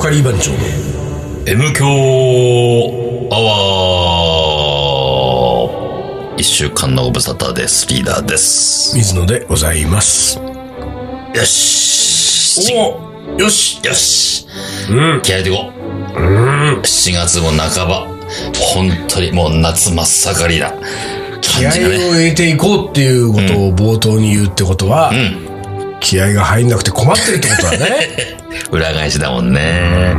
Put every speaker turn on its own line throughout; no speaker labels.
カリー番長の
M 強アワー一週間のご無沙汰です。リーダーです。
水野でございます。
よし
およし
よし
うん。
気合いでいこう。7月も半ば。本当にもう夏真っ盛りな
気
感
合
じが
を
ね。
入れていこうっていうことを冒頭に言うってことは、
うん。
気合が入んなくて困ってるってことだね。
裏返しだもんね。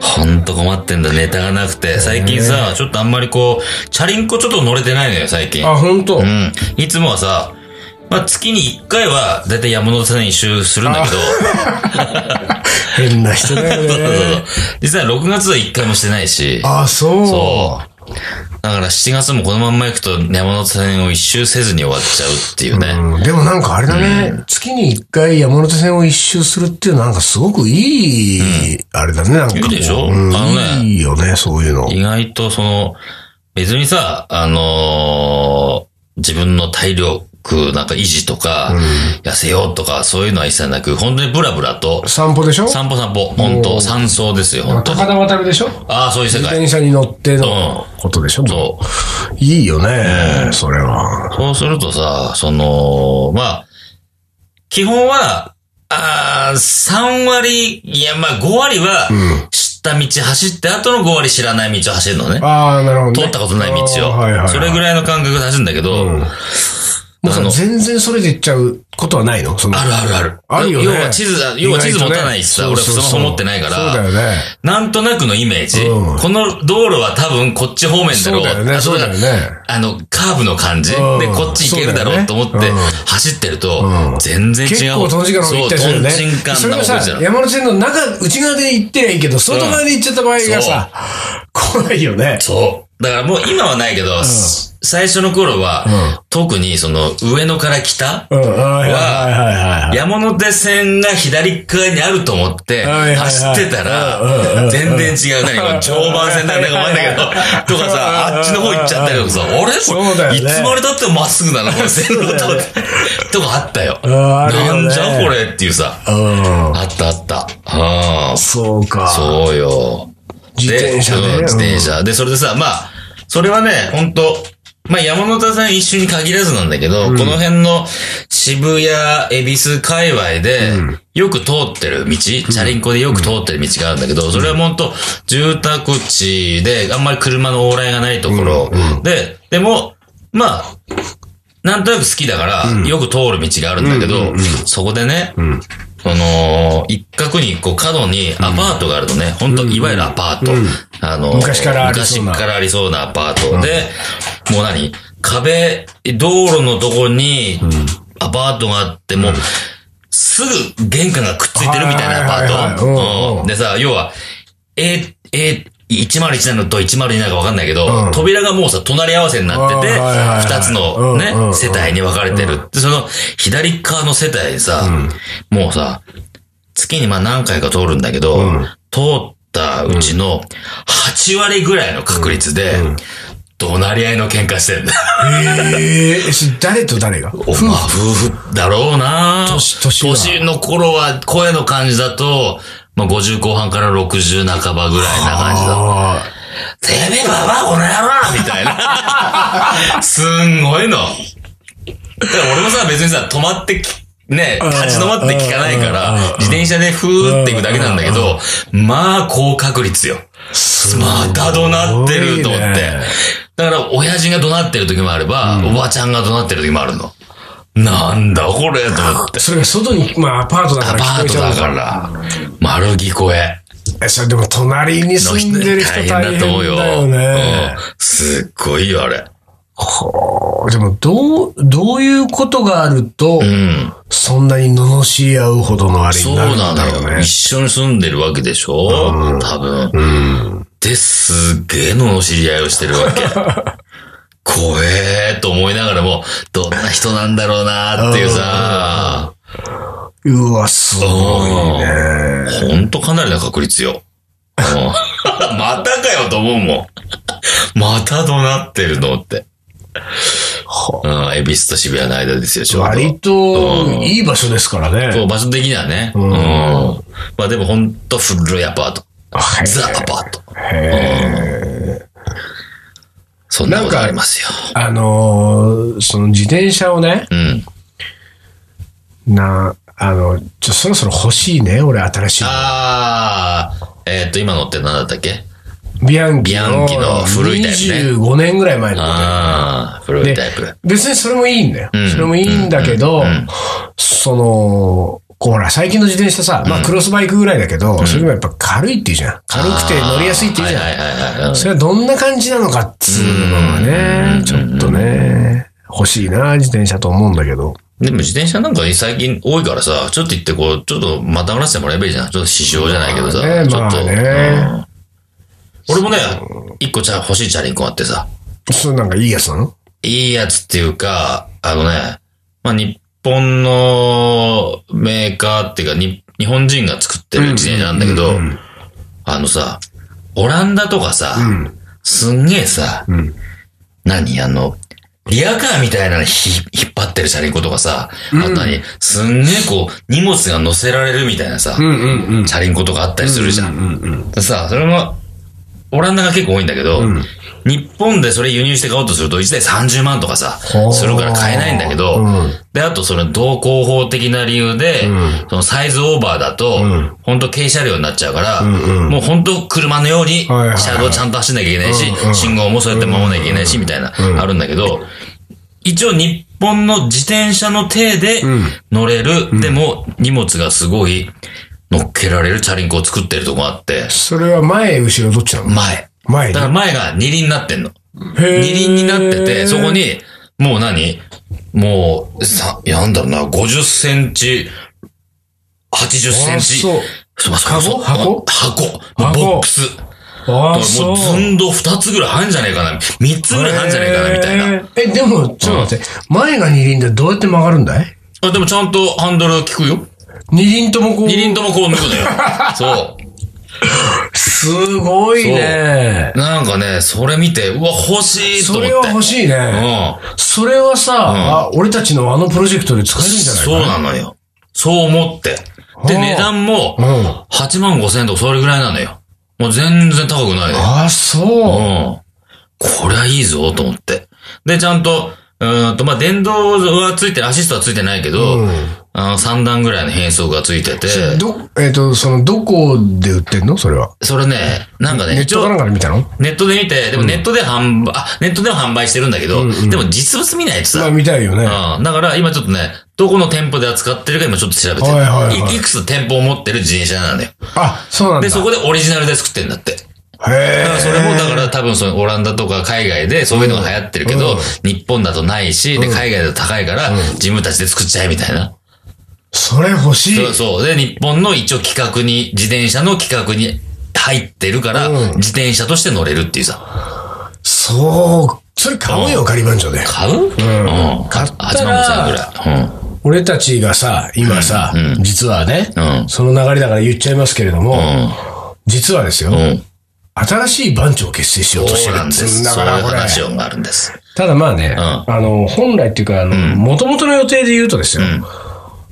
ほんと困ってんだ、ネタがなくて。最近さ、ちょっとあんまりこう、チャリンコちょっと乗れてないのよ、最近。
あ、ほんと。
うん。いつもはさ、まあ、月に1回は、だいたい山手線一周するんだけど、
変な人だ
そうそうそ
よ
う
ね。
実は6月は1回もしてないし、
あ、そう。
そう。だから7月もこのまんま行くと山手線を一周せずに終わっちゃうっていうね。
うんでもなんかあれだね、月に一回山手線を一周するっていうのはなんかすごくいい、あれだね、なんかこう。
いいでし
う
ょ
ん
あのね
いいよね、そういうの。
意外とその、別にさ、あのー自分の体力なんか維持とか、痩せようとか、そういうのは一切なく、本当にブラブラと、
散歩でしょ
散歩散歩、本当散走ですよ、本当に。
高田渡るでしょ
ああ、そういう世
自
界。
転車に乗ってのことでしょ、
そう。
いいよね、それは。
そうするとさ、その、まあ、基本は、あー3割、いや、まあ5割は、知った道走って、後の5割知らない道を走るのね。
ああ、なるほど、ね。
通ったことない道を。
あーはいはいはい、
それぐらいの感覚で走るんだけど、
んもうさ
あの
全然それで行っちゃうことはないのその
あるあるある。
あるよね
要は地図、要は地図持たないしさ、
意
俺
外とね
スマホ持ってないか
そうそうそう
ら、
そうだよね。
なんとなくのイメージ、
うん
この道路は多分こっち方面だろ
そう
う。
だよね、
あ
そうだよね。
あの、カーブの感じ、
うん
で、こっち行けるだろうと思っ
そうだ
て
よねうん、
走ってると、
うん
全然違う。
結構トンチンカンの行ったりす
そう、
る
ト
よ
ン
ね。
チンカ
そ
ン
れ
な
が
ことじゃ
さ、
ん。
山手線の中、内側で行ってりゃいいけど、外側で行っちゃった場合がさ、怖いよね。
そう。だからもう今はないけど、最初の頃は、特にその、上野から北、
うん、はいはいはいはいはい。
山手線が左側にあると思って、
はいはいはい
走ってた
うんうんう
ら、
ん
全然違う。何これ、常磐線だ、なんかわかんないけど、とかさ、あっちの方行っちゃったりとかさ、あれ
そうだよね
いつまでたってもまっすぐなの、これ、線路と、とかあったよ。
んあるよね
なんじゃこれっていうさ、
うん。
あったあった。うん。
そうか。
そうよ。
自転車
うん
で。
自転車。で、それでさ、まあ、それはね、ほんと、まあ山手線一周に限らずなんだけど、この辺の渋谷、恵比寿界隈で、よく通ってる道、チャリンコでよく通ってる道があるんだけど、それはほんと、住宅地で、あんまり車の往来がないところ、で、でも、まあ、なんとなく好きだから、よく通る道があるんだけど、そこでね、その、一角に、こう、角にアパートがあるとね、ほんと、いわゆるアパート。あのー
昔からありそうな
昔からありそうなアパートで、もう何壁、道路のとこに、アパートがあって、もう、すぐ玄関がくっついてるみたいなアパ
はいはいはい
ー
はいうん
トうん。でさ、要は、え、え、101なのと102なのかわかんないけど、扉がもうさ、隣り合わせになってて、
あーはいはいはい
二つのね
うんうんう、ん
世帯に分かれてる。で、その、左側の世帯さ、もうさ、月にまあ何回か通るんだけど、通ったうちの8割ぐらいの確率で、怒鳴り合いの喧嘩してんだ。
ええそれ誰と誰 が
おまあ、夫婦だろうな
年年は
の頃は声の感じだと、まあ50後半から60半ばぐらいな感じだ。
あ
てめえばばあこの野郎みたいな。すんごいの。だから俺もさ、別にさ、止まってき、ね、
ん
立ち止まって聞かないか
うん
ら、自転車でふーって行くだけなんだけど、まあ、高確率よ。また怒鳴ってると思って。だから、親父が怒鳴ってる時もあれば、おばちゃんが怒鳴ってる時もあるの。なんだこれと思って
あ。。それが外に、まあアパートだ
ア
から
パ
聞こ
ー
え
ト
ちゃう
だ
の
から、丸聞こえ。
え、それでも隣に住んでる人大変だよね
うん。すっごいよ、あれ。
ほうでも、どう、どういうことがあると、
うん。
そんなに罵り合うほどのあれ
そ
に
う
なるん
な
だろう
のよ。
ね
一。緒に住んでるわけでしょ多分。で、すげえの知り合いをして るわけ。怖えと思いながらも、どんな人なんだろうなっていうさ、
うわ、すごいね。
ほんとかなりな確率よ。うんまたかよと思うもん。また怒鳴ってるのって。
は
うん、恵比寿と渋谷の間ですよ、ちょうど。
割と、いい場所ですからね。
そう、場所的にはね。うん。まあでもほんと古いアパート。
はい
ザ・アパート。そんなことありますよ。
あのーその自転車をね、
うん。
な、あの、ちょ、そろそろ欲しいね、俺、新しいの。
ああ、えっ、と、今乗って何だったっけ
ビアンキ
ビア
の
ンキの古いタイプね
25年ぐらい前の。
ああ、古いタイプ。
別にそれもいいんだよ。
ん
それもいいんだけど、
うんうん
その、こうほら、最近の自転車さ、まあクロスバイクぐらいだけど、それもやっぱ軽いっていうじゃん。軽くて乗りやすいっていうじゃん。
はいはいはいはいうん。
それはどんな感じなのかっつうのはね、ちょっとね、欲しいな、自転車と思うんだけど。
でも自転車なんか最近多いからさ、ちょっと行ってこう、ちょっとまた話してもらえばいいじゃん。ちょっと市場じゃないけどさ。
まあね
ちょっと、
まあね
うん俺もね、一個ちゃん欲しいチャリンコあってさ、
そうなんかいいやつなの
いいやつっていうか、あのね、まあ日本のメーカーっていうか、に日本人が作ってる自転車なんだけど、あのさ、オランダとかさ、
ん
すんげえさ、
ん
何あの、リアカーみたいなのひ引っ張ってるチャリンコとかさ、あと何すんげえこう、荷物が乗せられるみたいなさ、
んうんうん。
チャリンコとかあったりするじゃん。
うんうん。
でさ、それも、オランダが結構多いんだけど、日本でそれ輸入して買おうとすると1台30万とかさ、
ほう
するから買えないんだけど、
うん
で、あとその同行法的な理由で、そのサイズオーバーだと、本当軽車両になっちゃうから、もう本当車のように
はいはいはい
車道ちゃんと走んなきゃいけないし、
うんうん
信号もそうやって守んなきゃいけないし、みたいな、あるんだけど、一応日本の自転車の体で乗れる、でも荷物がすごい乗っけられるチャリンコを作ってるとこがあって、
それは前、後ろどっちなの
前。
前に
だから前が二輪になってんの。
へー
二輪になってて、そこに、もう何もう、さ、いやなんだろうな、50センチ、80セン
あ
チ。
そう
そうそうそう
箱
箱もう
箱
ボックス。
ああ、
も
そうう。
ずんど2つぐらいあるんじゃないかな。3つぐらいあるんじゃないかな、みたいな。
へー。え、でも、ちょっと待って。前が二輪でどうやって曲がるんだい
あ、でもちゃんとハンドル効くよ。
二輪ともこう。
二輪ともこう抜くの よ。そう。
すごいね。
なんかね、それ見て、うわ、欲しいと
そ
思って。
れは欲しいね。
うん。
それはさ、あ、俺たちのあのプロジェクトで使えるんじゃない
そうなのよ。そう思って。で、
はあ
値段も、
うん
8万5千とかそれぐらいなのよ。もう全然高くないのよ。
ああ、そう。
うん。こりゃいいぞ、と思って。で、ちゃんと、うーんと、まあ、電動はついてる、アシストはついてないけど、
うん
あの3段ぐらいの変速がついてて、
ど、えっと、その、どこで売ってんのそれは。
それね、なんかね、
ネッ
一
トかな
応
ん、かで見たの
ネットで見て、でもネットで販売、あ、ネットでは販売してるんだけど、でも実物見ないとさ、
まあ、見たいよね。
うんだから今ちょっとね、どこの店舗で扱ってるか今ちょっと調べてる。
はいはいはい
いくつ店舗を持ってる自転車なんだよ。
あ、そうなんだ。
で、そ
へ
こでオリジナルで作ってんだって。だから
え。
それもだから多分そのオランダとか海外でそういうのが流行ってるけど、日本だとないし、で、海外だと高いから、自分たちで作っちゃえみたいな。
それ欲しい。
そうそう。で、日本の一応企画に、自転車の企画に入ってるから、
うん
自転車として乗れるっていうさ。
そう。それ買おうよ、仮番長で。
買ううん。
買
か
った
8万5千
ら
円ぐらい。
俺たちがさ、今さ、実はね、
うん
その流れだから言っちゃいますけれども、実はですよ、
うん。うん。
新しい番長を結成しようとして
そう
る
なん
っ
で
つうん
す。
だ
そう
か
いう
ら、これ。
話があるんです。
ただまあね、
ん
あの、本来っていうか、あの、元々の予定で言うとですよ、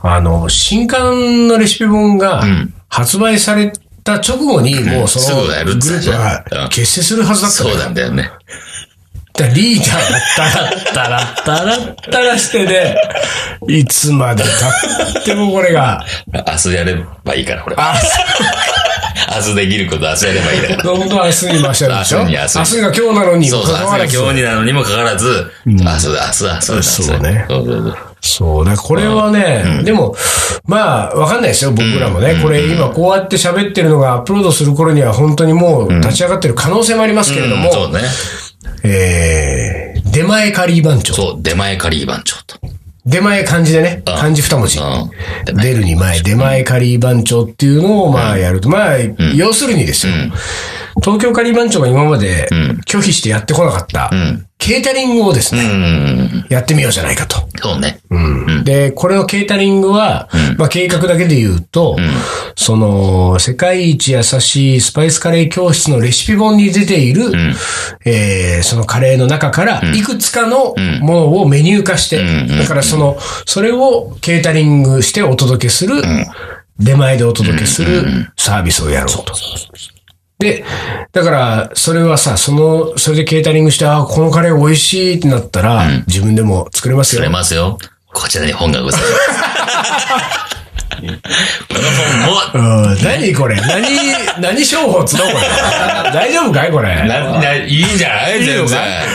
あの、新刊のレシピ本が発売された直後に、もうその
すぐやるっ
グ
つ
ル
っ
ー
て
プ
たね
が
うん
結成するはずだったの
そう
よ
なんだよね。
だからリーダーがタラッタラッタラッタラしてね、いつまで経ってもこれが、
明日やればいいから、これ。
あ、
明日できることは明日やればいいから。
どんどん明日に回してるでしょ
明日に明
明
日に
日が今日なのに
そ
も
うそう、
かかわ
明
ら
日
ず
が。今日になのにもかかわらず、明日だ、明日だ、そうだ、
そうね
そうそうそう。
そうね、これはね、でも、まあ、わかんないですよ、僕らもね。これ今こうやって喋ってるのがアップロードする頃には本当にもう立ち上がってる可能性もありますけれど
うんそう
も、
ね。
えー、出前カリー番長。
そう、出前仮番長と。
出前漢字でね、漢字二文字。
うん。出前
出るに前、出前カリー番長っていうのをまあやると。まあ、要するにですよ。東京カリー番長が今まで拒否してやってこなかった
ん
ケータリングをです
う
ね、
ん。
やってみようじゃないかと。
そうね。
で、これのケータリングは、まあ計画だけで言うと、その、世界一優しいスパイスカレー教室のレシピ本に出ている、えーそのカレーの中から、いくつかのものをメニュー化して、
うん
だからその、それをケータリングしてお届けする、出前でお届けするサービスをやろうと。で、だから、それはさ、その、それでケータリングして、あーこのカレー美味しいってなったら、自分でも作れますよ
取れ。ますよ。こちらに本がございます。この本
う
も、
ん何これ何、何商法っつうのこれ。大丈夫かいこれ。
な、ないいんじゃない
いいの
全
か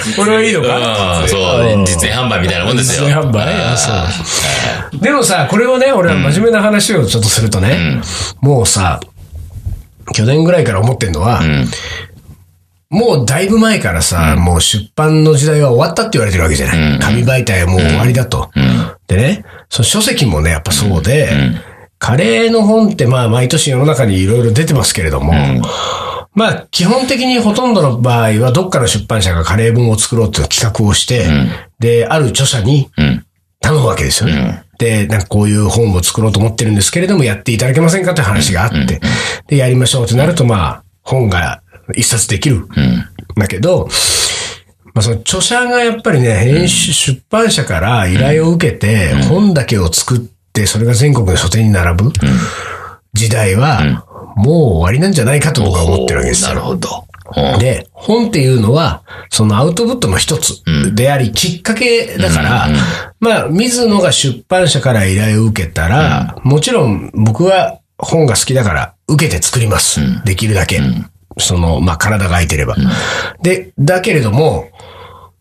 然。
これはいいのか
うん、そう。実演販売みたいなもんですよ。
実演販売あそうでもさ、これをね、俺は真面目な話をちょっとするとね、もうさ、去年ぐらいから思ってんのは、もうだいぶ前からさ、もう出版の時代は終わったって言われてるわけじゃない。紙媒体はもう終わりだと。でね、その書籍もね、やっぱそうで、カレーの本ってまあ毎年世の中にいろいろ出てますけれども、まあ基本的にほとんどの場合はどっかの出版社がカレー本を作ろうという企画をして、で、ある著者に
ん
頼むわけですよね。で、なんかこういう本を作ろうと思ってるんですけれども、やっていただけませんかという話があって、で、やりましょうってなると、まあ、本が一冊できる。だけど、まあ、その著者がやっぱりね、編集、出版社から依頼を受けて、本だけを作って、それが全国の書店に並ぶ時代は、もう終わりなんじゃないかと僕は思ってるわけですよ
なる。ほど。うん
で、本っていうのは、そのアウトプットの一つであり、きっかけだから、まあ、水野が出版社から依頼を受けたら、もちろん僕は本が好きだから、受けて作ります。できるだけ。その、まあ、体が空いてれば。で、だけれども、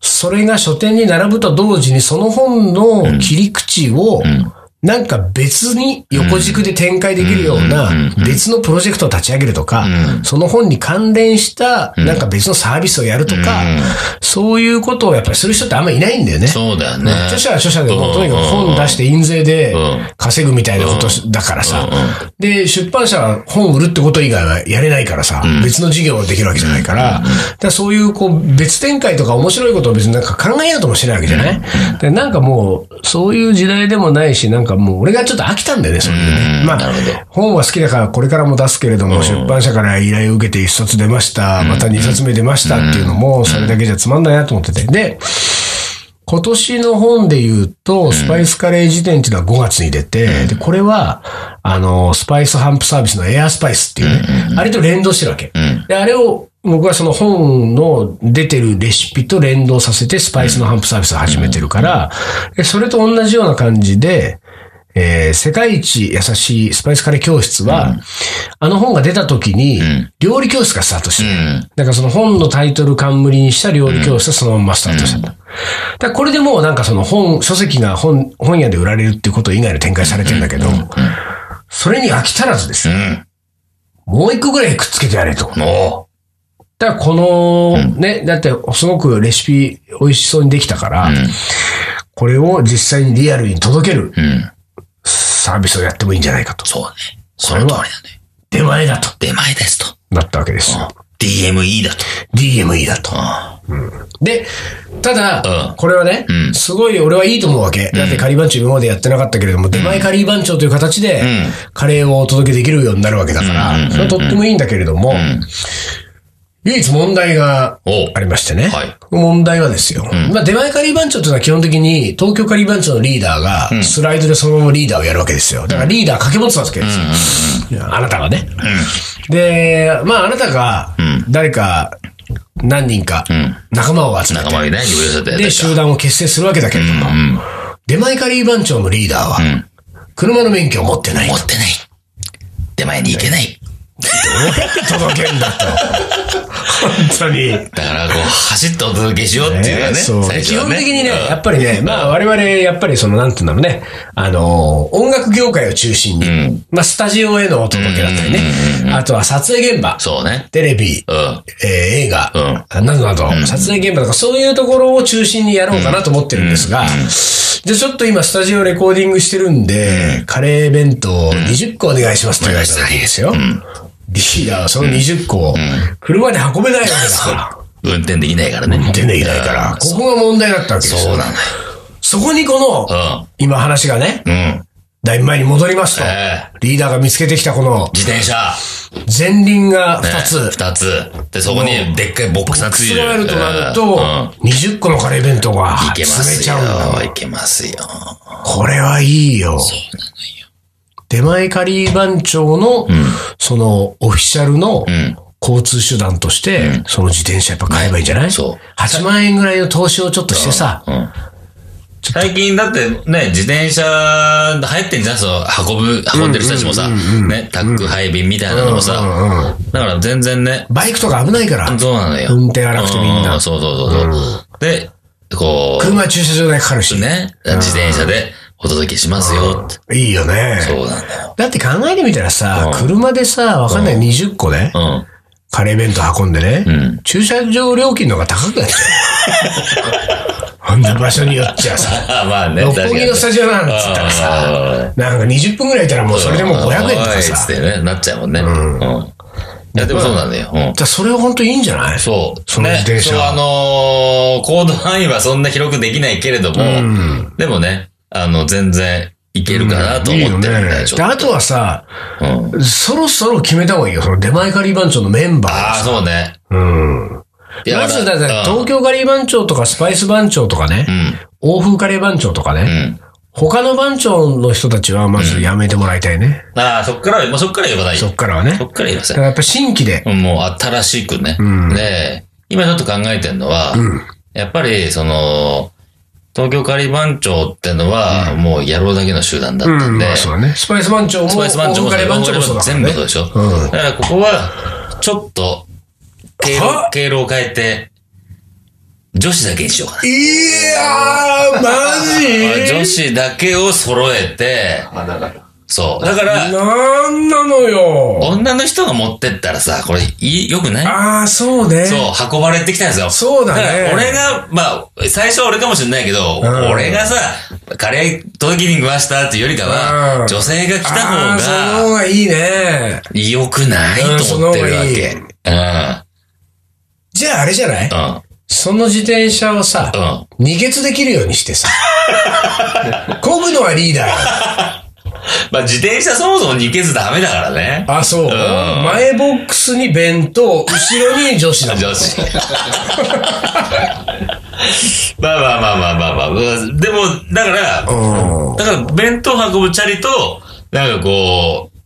それが書店に並ぶと同時に、その本の切り口を、なんか別に横軸で展開できるような別のプロジェクトを立ち上げるとか、その本に関連したなんか別のサービスをやるとか、そういうことをやっぱりする人ってあんまりいないんだよね。
そうだよね。
著者は著者でもうとにかく本出して印税で稼ぐみたいなことだからさ。で、出版社は本売るってこと以外はやれないからさ、別の事業ができるわけじゃないから、だからそういうこう別展開とか面白いことを別になんか考えようともしないわけじゃないで、なんかもう、そういう時代でもないし、なんかもう俺がちょっと飽きたんだよね、そういうね。まあ、本は好きだからこれからも出すけれども、出版社から依頼を受けて一冊出ました、また二冊目出ましたっていうのも、それだけじゃつまんないなと思ってて。で、今年の本で言うと、スパイスカレー辞典っていうのは5月に出て、で、これは、あの、スパイスハンプサービスのエアスパイスっていうね、あれと連動してるわけ。で、あれを、僕はその本の出てるレシピと連動させて、スパイスのハンプサービスを始めてるから、でそれと同じような感じで、えー世界一優しいスパイスカレー教室は、あの本が出た時に、料理教室がスタートしてる。だからその本のタイトル冠にした料理教室はそのままスタートしちゃった。だからこれでもうなんかその本、書籍が本、本屋で売られるっていうこと以外の展開されてんだけど、それに飽き足らずですよ。もう一個ぐらいくっつけてやれと。
うん。お
だからこの、ね、だってすごくレシピ美味しそうにできたから、これを実際にリアルに届ける
うん。
サービスをやってもいいんじゃないかと。
そうね。その通りだね。
出前だと。
出前ですと。
なったわけですよ。
DME だと。
DME だと。で、た
う
だ
ん、
これはね、すごい俺はいいと思うわけ。だってカリー番長今までやってなかったけれども、出前カリー番長という形で、カレーをお届けできるようになるわけだから、それはとってもいいんだけれども、唯一問題が
お
ありましてね
はい。
問題はですよ。まあ、出前カリー番長というのは基本的に、東京カリー番長のリーダーが、スライドでそのままリーダーをやるわけですよ。だからリーダー掛け持つわけですよ。あなたがね。で、まあ、あなたが、誰か、何人か、仲間を集めて
仲、間にね、寄り添ってやったり
で、集団を結成するわけだけれども、出前カリー番長のリーダーは、車の免許を持って ない
持。ってない。出前に行けない。
届けんだと。本当に。
だから、こう、走ってお届けしようっていうのはね、
そう
最初
基
は
本
ね。
的にね、
うん
やっぱりね、まあ我々、やっぱりその、なんて言うんだろうね、あのー、音楽業界を中心に、まあスタジオへのお届けだったりね、あとは撮影現場、
そうね。
テレビ、
うん。
えー映画、などなど、撮影現場とかそういうところを中心にやろうかなと思ってるんですが、じゃあちょっと今スタジオレコーディングしてるんで、カレー弁当20個お願いしますって言われたらいいですよ。リーダーはその20個を車で運べないわけだから。
運転できないからね。運
出ていないから、ここが問題だったわけです
そう
よ。
な
そこにこの、
のよ。
今話がね、
うん。うん。
だいぶ前に戻りますと、
ええ
リーダーが見つけてきたこの
自転車。
前輪が
ね
2つ、
二つ。で、そこにでっかいボックスがついて
揃
る。
えるとなる
うん
と
うん、
20個のカレー弁当が
いけま
詰め
す
ち
よ
ゃうんだ。。
いけますよ。
これはいいよ。出前カリー番長の、その、オフィシャルの
ん、
交通手段として、その自転車やっぱ買えばいいんじゃない、
そう
?8 万円ぐらいの投資をちょっとしてさ、
うん。最近だってね、自転車流行ってんじゃんその運ぶ、運んでる人たちもさ、ね、タック配便みたいなのも
うんうん
さ、だから全然ね、
バイクとか危ないから、
そうなのよ。
運転荒くてみんな
うそうそうそうそう。で、こ
車駐車場代かかるし
う、、ね、自転車でお届けしますよって。
いいよね。
そうなんだよ。
だって考えてみたらさ、車でさ、わかんない20個ね、カレー弁当運んでね、
ん
駐車場料金の方が高くなっちゃう。ほんで場所によっちゃさ、
うん。まあね、
六本木のスタジオなんつったらさ、なんか20分ぐらいいたらもうそれでもう500円とか
おいっつ
さ
っ、てね、なっちゃうもんね。うん。いや、でもそうなんだよ。うん
じゃあそれは本当いいんじゃない
そう。
その自転車
ね、そう、あのー行動範囲はそんな広くできないけれども、でもね、あの、全然いけるかなと
いいよ
思っ
ね。
てるんだよ、ちょっ
で、あとはさ、
と。うん。
そろそろ決めた方がいいよ。その出前カリー番長のメンバ
ああ、そうね。
ー。うん。
いや
まず、だ
俺
から東京カリー番長とかスパイス番長とかね、欧風カレー番長とかね、
うん。
他の番長の人たちはまずやめてもらいたいね。
ああ、そっから、もうそっから言えばない
そ
よ
っ。からはね。
そっから言えば
だ
さ
か、らやっぱ新規で、
もう新しくね。で、今ちょっと考えてるのは、やっぱり、その、東京仮番長ってのは、もう野郎だけの集団だっ
う
たん
ん、
で、
まあそうだね。スパイス番長も、
スパイス番長
欧
も
風カレー番長もそうだから
全部そう
ね。
でしょ、
うん
だからここは、ちょっと、経路
は、
経路を変えて、女子だけにしようかな。
いやー、マジ
女子だけを揃えて、そう。だから、
なんなのよ。
女の人が持ってったらさ、これ、いい、良くない
ああ、そうね。
そう、運ばれてきたんですよ。
そうだね
から俺が、まあ、最初は俺かもしれないけど、
ん
俺がさ、カレー届きに来ましたっていうよりかは、
うん
女性が来た
ああ、その
方
方
が
がいいね。
良くない
うん
と思ってるわけ。
そ
うん。
じゃああれじゃない
うん。
その自転車をさ、
う
二月できるようにしてさ。 こぐのはリーダー。
まあ、自転車そもそも2ケツダメだからね。
あ、そう。前ボックスに弁当、後ろに女子だもん。
女子。まあまあまあまあまあまあまあ。でも、だから、
うん
だから、弁当運ぶチャリと、なんかこう、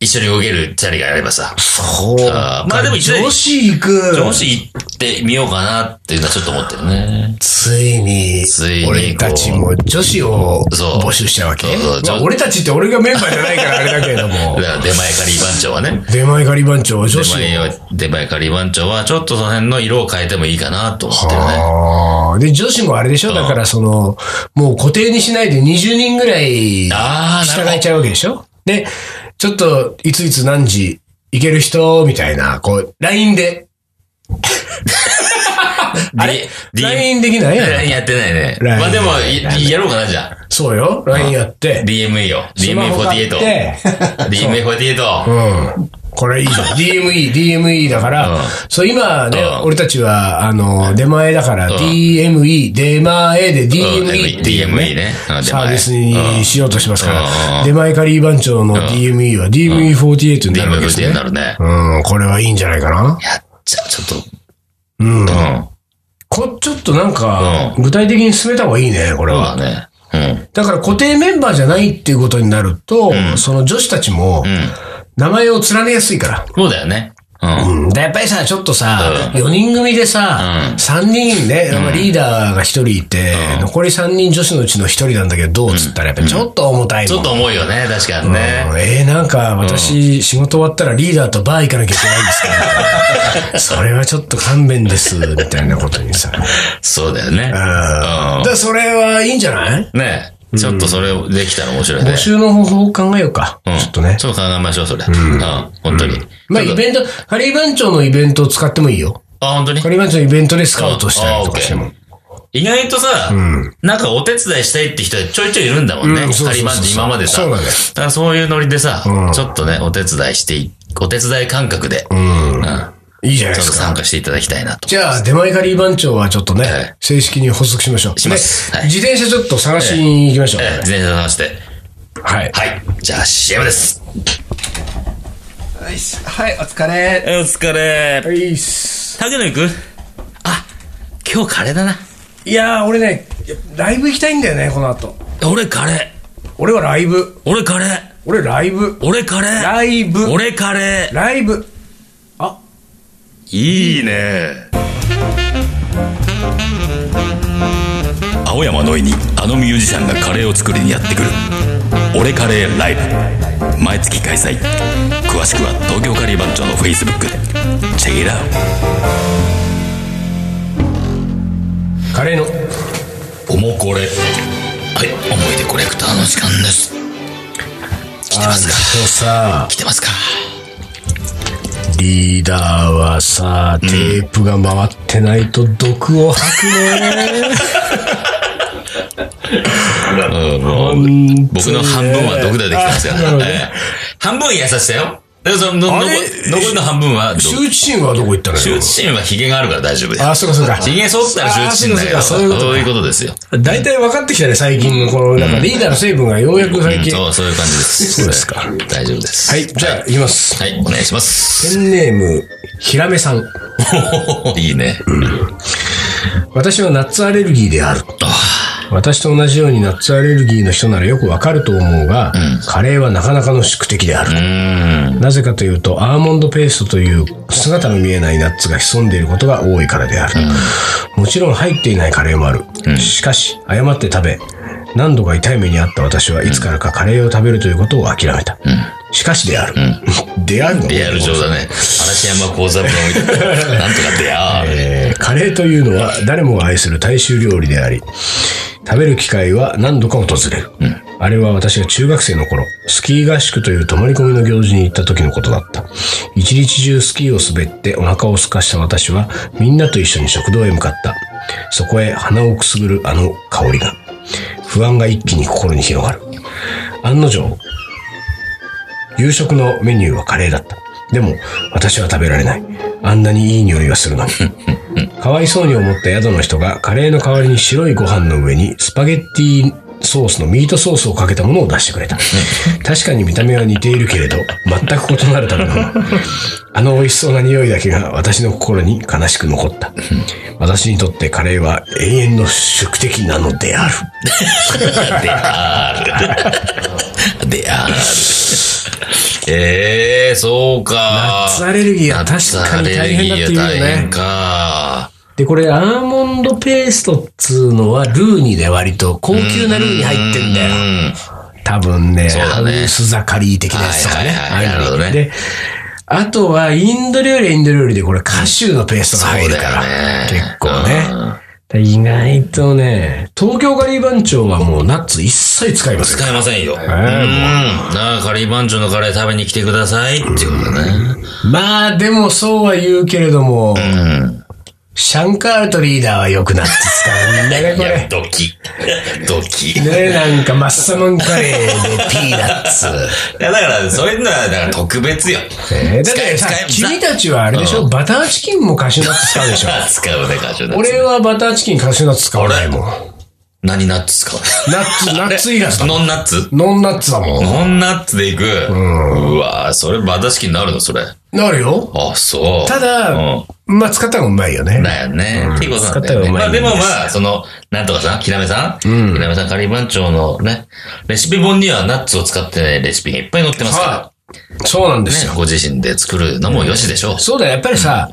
一緒に動けるチャリがあればさ、
そう。
あーまあでも一緒に
女子行く。
女子行ってみようかなっていうのはちょっと思ってるね。
ついに
ついに、こう
俺たちも女子を
そう
募集したわけ
そうそう。
まあ俺たちって俺がメンバーじゃないからあれだけれども
だか。ら、出前カリー番長はね。
出前狩り番長、女
出
子を。
前は、出前カリー番長は、ちょっとその辺の色を変えてもいいかなと思ってるね。
ああ。で、女子もあれでしょだからその、もう固定にしないで20人ぐらい
ああ、なる
従
ほど
え。ちゃうわけでしょで、ちょっと、いついつ何時行ける人、みたいな、こう、LINE で。あれ
D-
?LINE できない
LINE やってないね。
LINE
まあでも、いやろうかな、じゃあ。
そうよ。LINE やって。
DME よ。
スマホ買っ
DME48。
て
DME48。
うん。これいいじゃん。DME、DME だから、
うん
そう今ね、
うん
俺たちは、あの、出前だから、
ん
DME、出前で DME っていう
DME
ね、
ね。うん出
サ
前
ービスにしようとしますから、
うん
出前カリー番長の DME は DME48 になるわけです
DME48 に
ね。
なるね。
うん、これはいいんじゃないかな。
やっちゃう、ちょっと。
うん。
うん。
こ、ちょっとなんか、具体的に進めた方がいいね、これ
そう
は。
だね。うん。
だから固定メンバーじゃないっていうことになると、その女子たちも、
うん。
名前を連ねやすいから。
そうだよね。うん。
うん、だやっぱりさ、ちょっとさ、4人組でさ、3人ね、やっぱリーダーが1人いて、残り3人女子のうちの1人なんだけど、どうっつったら、やっぱりちょっと重たい
ち
も
ょ
ん。
っと重いよね、確かにね。
うんえー、なんか、私、仕事終わったらリーダーとバー行かなきゃいけないんですけ ど、それはちょっと勘弁です、みたいなことにさ。
そうだよね。
だからそれはいいんじゃない
うん。ねちょっとそれできたら面白いね
募。集の方法を考えようか。
うん
ちょっとね。
ちょっと考えましょう、それ。うん。本当に。
まあ、イベント、カリー番長のイベントを使ってもいいよ。
あ、本当に
カリー番長のイベントでスカウトしたりとかしても。
意外とさ、なんかお手伝いしたいって人ちょいちょいいるんだもんね。
うんそうそうそうそう
カリバンって今までさ。
そうなんだよ
からそういうノリでさ、
ん
ちょっとね、お手伝いしてい、お手伝い感覚で、うん
いいじゃない
ち
で
ょっ
す
と
か。
参加していただきたいなと。
じゃあ、出前カリー番長はちょっとね、
はい
正式に発足しましょう。
します
で
はい
自転車ちょっと探しに行きましょう。
ええ、自転車探して。
はい。
はい。じゃあ CM です。
はい、はい、お疲れ。
お疲れ。
はいっす
竹野行くあ、今日カレーだな。
いやー、俺ね、ライブ行きたいんだよね、この後。
俺カレ
俺はライブ
ー。。俺カレー。
俺ライブ。
俺カレー。
ライブ。
俺カレー。
ライブ。
いいね。
青山のいにあのミュージシャンがカレーを作りにやってくる「俺カレーライブ」毎月開催詳しくは東京カリー番長のフェイスブックでチェイラー
カレーの。
おもこれ。はい。思い出コレクターの時間です。来
あ
て
の
ますか
さ、
来てますか
リーダーはさ、テープが回ってないと毒を吐くね。
うん、もう
本当
僕の半分は独断で来てますか
あな
ら、
るほど
ええ半分優しさよ。だからそのの
あ
残
れ
残りの半分は、
周知心はどこ行ったの
羞
よ
恥。心はヒゲがあるから大丈夫です。
あ、そうかそうか。
ヒゲ剃ったら羞恥心だよ。
あそうかそうかそういうことか
そういうことですよ。
大体分かってきたね、最近のこの、なんかリーダーの成分がようやく
う
最
ん
近。は
そう、そういう感じです。
そうですか
はい。大丈夫です。
い、じゃあ、いきます。
はい、お願いします。
ペンネーム、ひらめさん。
おーいいね。
私はナッツアレルギーである。私と同じようにナッツアレルギーの人ならよくわかると思うが、カレーはなかなかの宿敵であ
う
る。
ーん。
なぜかというと、アーモンドペーストという姿の見えないナッツが潜んでいることが多いからである。もちろん入っていないカレーもある。しかし、誤って食べ、何度か痛い目にあった私はいつからかカレーを食べるということを諦めた。しかしである。 であるの
リアル上だね。嵐山幸三郎みたい な。なんとかでやー。
えーカレーというのは誰もが愛する大衆料理であり、食べる機会は何度か訪れる。あれは私が中学生の頃、スキー合宿という泊まり込みの行事に行った時のことだった。一日中スキーを滑ってお腹を空かした私は、みんなと一緒に食堂へ向かった。そこへ鼻をくすぐるあの香りが。不安が一気に心に広がる。案の定、夕食のメニューはカレーだった。でも、私は食べられない。あんなにいい匂いがするのに。かわいそうに思った宿の人がカレーの代わりに白いご飯の上にスパゲッティソースのミートソースをかけたものを出してくれ た。確かに見た目は似ているけれど、全く異なる食べ物。あの美味しそうな匂いだけが私の心に悲しく残った。私にとってカレーは永遠の宿敵なのである。
である。である。ええー、そうか。
ナッツアレルギーは確かに大変だっていうよね
ナッツアレルギーは大変か。
で、これ、アーモンドペーストっつうのは、ルーニーで割と高級なルーに入ってんだよ。
うん。
多分ね、
そう
ハ
だ
ウ
ね
スザカリー的なやつとかね。
はいはいは
ああいうの
いなるほどね
で、あとは、インド料理はインド料理で、これ、カシューのペーストが入るから、
そうだよね
結構ね。で意外とね、東京カリー番長はもうナッツ一切使いません。
使えませんよ。うん。
もう
なあ、カリー番長のカレー食べに来てくださいっていうことだね。
まあ、でもそうは言うけれども、
うん。
シャンカールとリーダーはよくナッツ使 うんだね、
い
これ
や、。ドキ。ドキ。
ねなんかマッサマンカレーでピーナッツ。
いや、だから、それなら、だから特別よ。
えーだってさ
使え、使え
君たちはあれでしょ、バターチキンもカシューナッツ使うでしょ
使うね、カシューナッツ。
俺はバターチキンカシューナッツ使わないもん。
何ナッツ使う
ナッツ、ナッツいらずだもん。
ノンナッツ
ノンナッツだもん。
ノンナッツでいく。うわぁ、それバタ式になるのそれ。
なるよ。
あ、そう。
ただ
う、
まあ使った方がうまいよね
ん。。だよね。っていうことなんだ
使
よ
ったら
ね。
うまい
まあでも
です
まあ、その、なんとかさん、きなめさん。きなめさん、カリー番長のね、レシピ本にはナッツを使ってないレシピがいっぱい載ってますか
はい。そうなんで
ら。
す
ね
よ。
ご自身で作るのもよしでしょう。
そうだよ、やっぱりさ、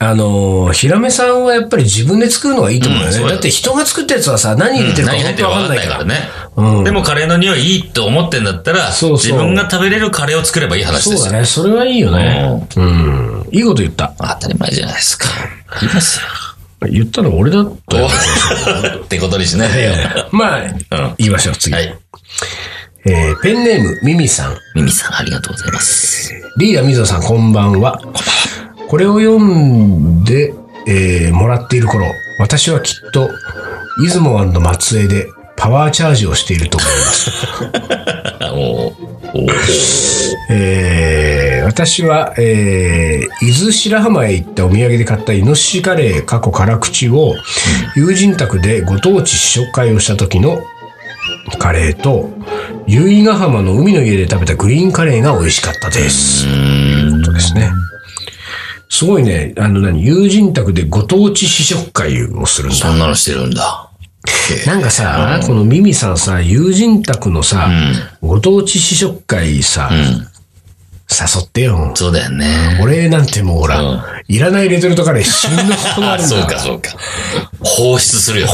あのー、ひらめさんはやっぱり自分で作るのがいいと思うよ
うんそう
ね。
だよ
だって人が作ったやつはさ、何入れてるか
何入
本
っ
当
てるか
わ
分
か
か
ん
ん
な
ないい
か
からら。ね。
うん
でもカレーの匂いいいと思ってんだったら、
そうそう
自分が食べれるカレーを作ればいい話
そ
で
う
す
だ
よ。
ね、それはいいよね。うん。いいこと言った。
当たり前じゃないですか。いいですよ。
言ったの俺だったよ。
ってことにしないでよ。
まあ、言いましょう、次。
はい。
えーペンネーム、ミミさん。
ミミさん、ありがとうございます。
リーダー水野さん、こんばんは。これを読んで、えーもらっている頃、私はきっと、出雲松江でパワーチャージをしていると思います。
あ、もう、おー
えー私は、えー伊豆白浜へ行ったお土産で買ったイノシシカレー過去辛口を、友人宅でご当地試食会をした時のカレーと、由比ヶ浜の海の家で食べたグリーンカレーが美味しかったです。ということですね。すごいね、あの何、友人宅でご当地試食会をするんだ。
そんなのしてるんだ。
なんかさ、このミミさんさ、友人宅のさ、ご当地試食会さ、誘ってよ。
そうだよね。
俺なんてもうほら、
うん
いらないレトルトカレー死ぬほどあ
あ、
るん
そ
だ
うか、そうか。放出するよね。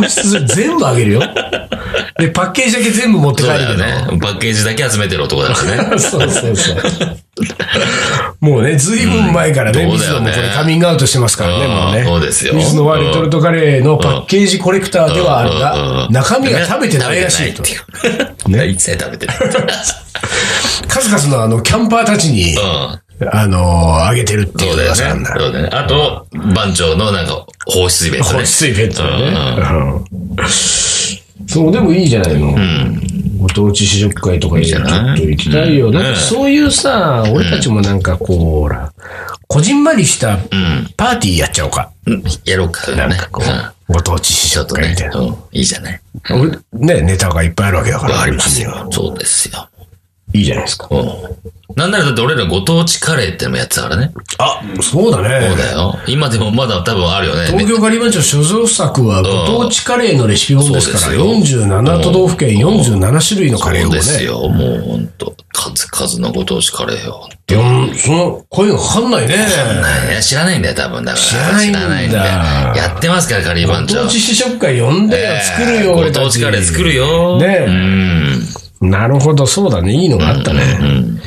放出全部あげ るよ。で、パッケージだけ全部持って
そ
帰
うだ
るけど。
よね。パッケージだけ集めてる男だからね。
そうそうそう。もうね、ずいぶん前からね、
うん
水野もこ
そうだよ
れ
ね
カミングアウトしてますからね、
うん
もうね。
そうですよ
水野はレトルトカレーのパッケージコレクターではあるが、
うん
中身が食べてないらしいと。
食べてないっていう。 一切食べ てない。
数々のあの、キャンパーたちに、
うん。
あのー、あげてるってい
そううだよね。
噂なんだ。
そうだよね。あと、番長のなんか、放出イベントね。
放出イベントだ
うん
ね。うんそう、でもいいじゃないの。ご当地試食会とかいいじゃ
いいじゃない
ちょっと行きたいよ。なん
う
か
ん
そういうさ、俺たちもなんかこう、ほら、こじんまりした
ん
パーティーやっちゃおうか。
うんやろうか。
なん
ね
かこ
うん
う、ご当地試
ちょっ
食
と
会
ね
みたい。な。
うんいいじゃない。
俺、ね、ネタがいっぱいあるわけだから。
あります
別
よ。そうですよ。
にいいじゃないですか。
うん。なんならだって俺らご当地カレーってのもやってたからね。
あ、そうだね。
そうだよ。今でもまだ多分あるよね。
東京カリバンチョ所蔵作はご当地カレーのレシピ本ですから、
そうですよ
47都道府県47種類のカレーを
そう
ね
で、すよ。もうほんと、数々のご当地カレーよ。
いや、その、こういうのかかんないね。
いや、知らないんだよ、多分。だから。
知らないんだ
知らないんだよやってますから、カリーバン
ご
チョ
当地試食会呼んでよ、作るよ、
ご
俺たち。
当地カレー作るよ。う
ね
ん。
なるほど、そうだね。いいのがあった
う
ね。
ん。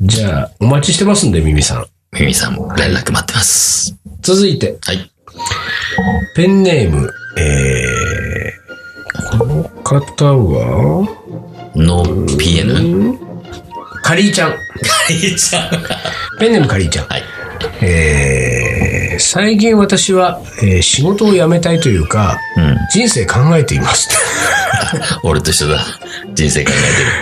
じゃあ、お待ちしてますんで、ミミさん。
ミミさんも連絡待ってます。
続いて、
はい。
ペンネーム、えー、この方は、
の PN?
カリーちゃん。
カリーちゃん。
ペンネームカリーちゃん。
はい。
えー、最近私は、えー仕事を辞めたいというか、
うん。
人生考えています。
俺と一緒だ。人生考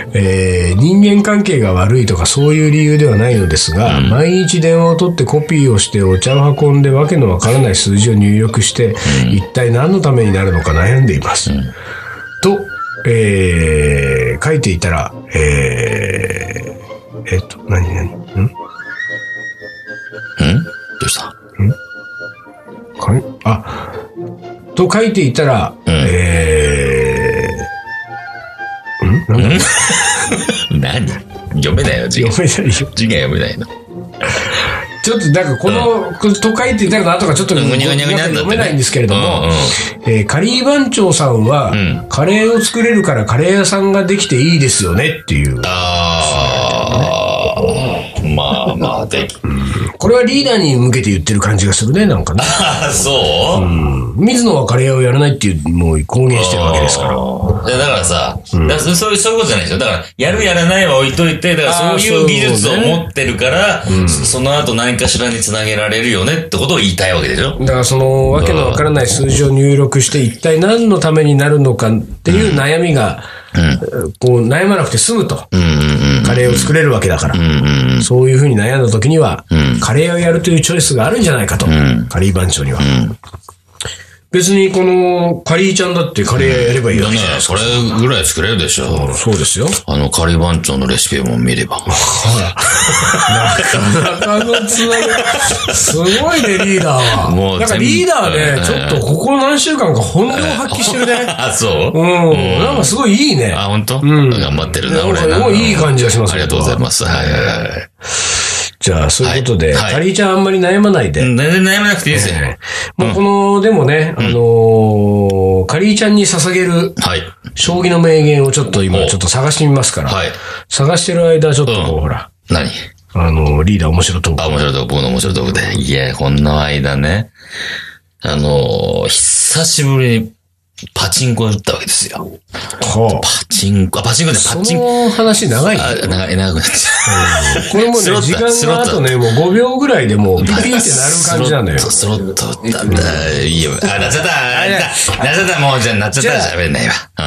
えてる。
えー人間関係が悪いとかそういう理由ではないのですが、毎日電話を取ってコピーをしてお茶を運んでわけのわからない数字を入力して、一体何のためになるのか悩んでいます。と、えー書いていたら、えーえっと、何何ん
うんどうした
かいあ、と書いていたら、えーんなんだ
何読めないよ、字が。
読めないよ。
字が読めないの。
ちょっとなんかこの、と書いていたらなんとかちょっと
ぐにゃぐにゃぐにゃってなってね
読めないんですけれども、
うんうん
えーカリー番長さんは、
ん
カレーを作れるからカレー屋さんができていいですよねっていう。
ああ、まあまあ、でき、
これはリーダーに向けて言ってる感じがするね、なんか ね。
あそう、
水野はカレー屋をやらないっていう、もう公言してるわけですから。
いやだからさ、だからそそういうそういうことじゃないでしょ。だから、やるやらないは置いといて、だか
あ
ら
ー
そういう技術
そ
を
うね
持ってるから、そその後何かしらにつなげられるよねってことを言いたいわけでしょ。
だからその、わけのわからない数字を入力して、一体何のためになるのかっていう悩みが、こう悩まなくて済むと。
うんうん
カレーを作れるわけだから。
うんうん。
そういうふうに悩んだ時には、カレーをやるというチョイスがあるんじゃないかと。カリー番長には。別にこの、カリーちゃんだってカレーやればいいわ
だ
け
ね
じゃない、です
そ
か。
れぐらい作れるでしょ。
そうですよ。
あの、カリバン長のレシピも見れば。
中のつなぎ、すごいね、リーダーは。
もう
なんかリーダー
全
ね、
部
ちょっとここ何週間か本領発揮してるね。
あ、そう
うん。なんかすごいいいね。
あ、本当？
ん
頑張ってる
な
な、
んか
俺な。
もういい感じがします
ありがとうございます。はいはいはい。
じゃあ、そういうことで、
はいはい
カリーちゃんあんまり悩まないで。
うん全然悩まなくていいですよ。
もうこの、でもね、あのーカリーちゃんに捧げる
はい。
将棋の名言をちょっと今
お
ちょっと探してみますから。
はい
探してる間ちょっとこう、
うん
ほら、
何
あの、リーダー面白トーク。
あ、面白いとこ、僕の面白いとこで。いや、こんな間ね、あのー久しぶりにパチンコを打ったわけですよ。
こう
パチンコ、あパチンコでパチ
そ
ンコ。
の話長い。
あ、長い長くなっちゃう。
これもね
スロッ、ト
時間
スロッ
があ
ト
とね、もう5秒ぐらいでもうピピってなる感じなのよ。
スロット、スロットだだ、いいよ。あ、なっちゃった、あなっちゃった、なっちゃった、もう、じゃあなっちゃった、
じゃあ
喋んないわ。うん。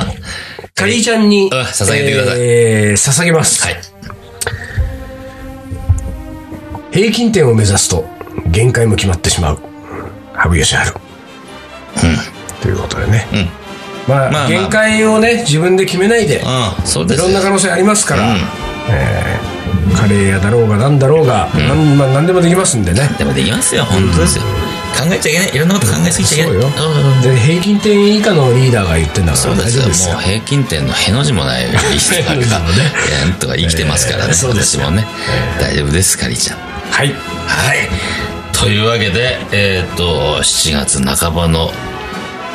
カリーちゃんに、
うん捧げてください
えー捧げます。
はい。
平均点を目指すと限界も決まってしまう羽生善治、ということでね、まあ、
まあ
限界をね自分で決めないで、
うん、そうで
いろ
す
んな可能性ありますから、
うん
えーカレー屋だろうが何だろうが、なんまあ、何でもできますんでね
でもできますよ、本当ですよ。考えちゃいけない。いろんなこと考えすぎちゃい
そ
け
う
な
よ
い。うん
で平均点以下のリーダーが言ってんだか
そ
ら
うで
大
す
丈
よ。
夫ですよ
もう平均点のへの字もない人が、
への字もね
なんとか生きてますから ね。
そうです
私もね。大丈夫です、かりちゃん。
はい
はい。というわけで、えっ、と、7月半ばの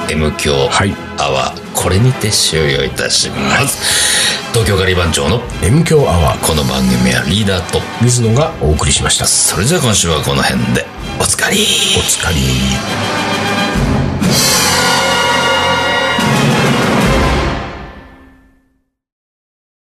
M 強ア
はい
ワー、これにて終了いたします。東京ガリバン長の
M 強アワー
この番組はリーダーと、
水野がお送りしました
それじゃあ今週はこの辺で、おつかり
お疲れ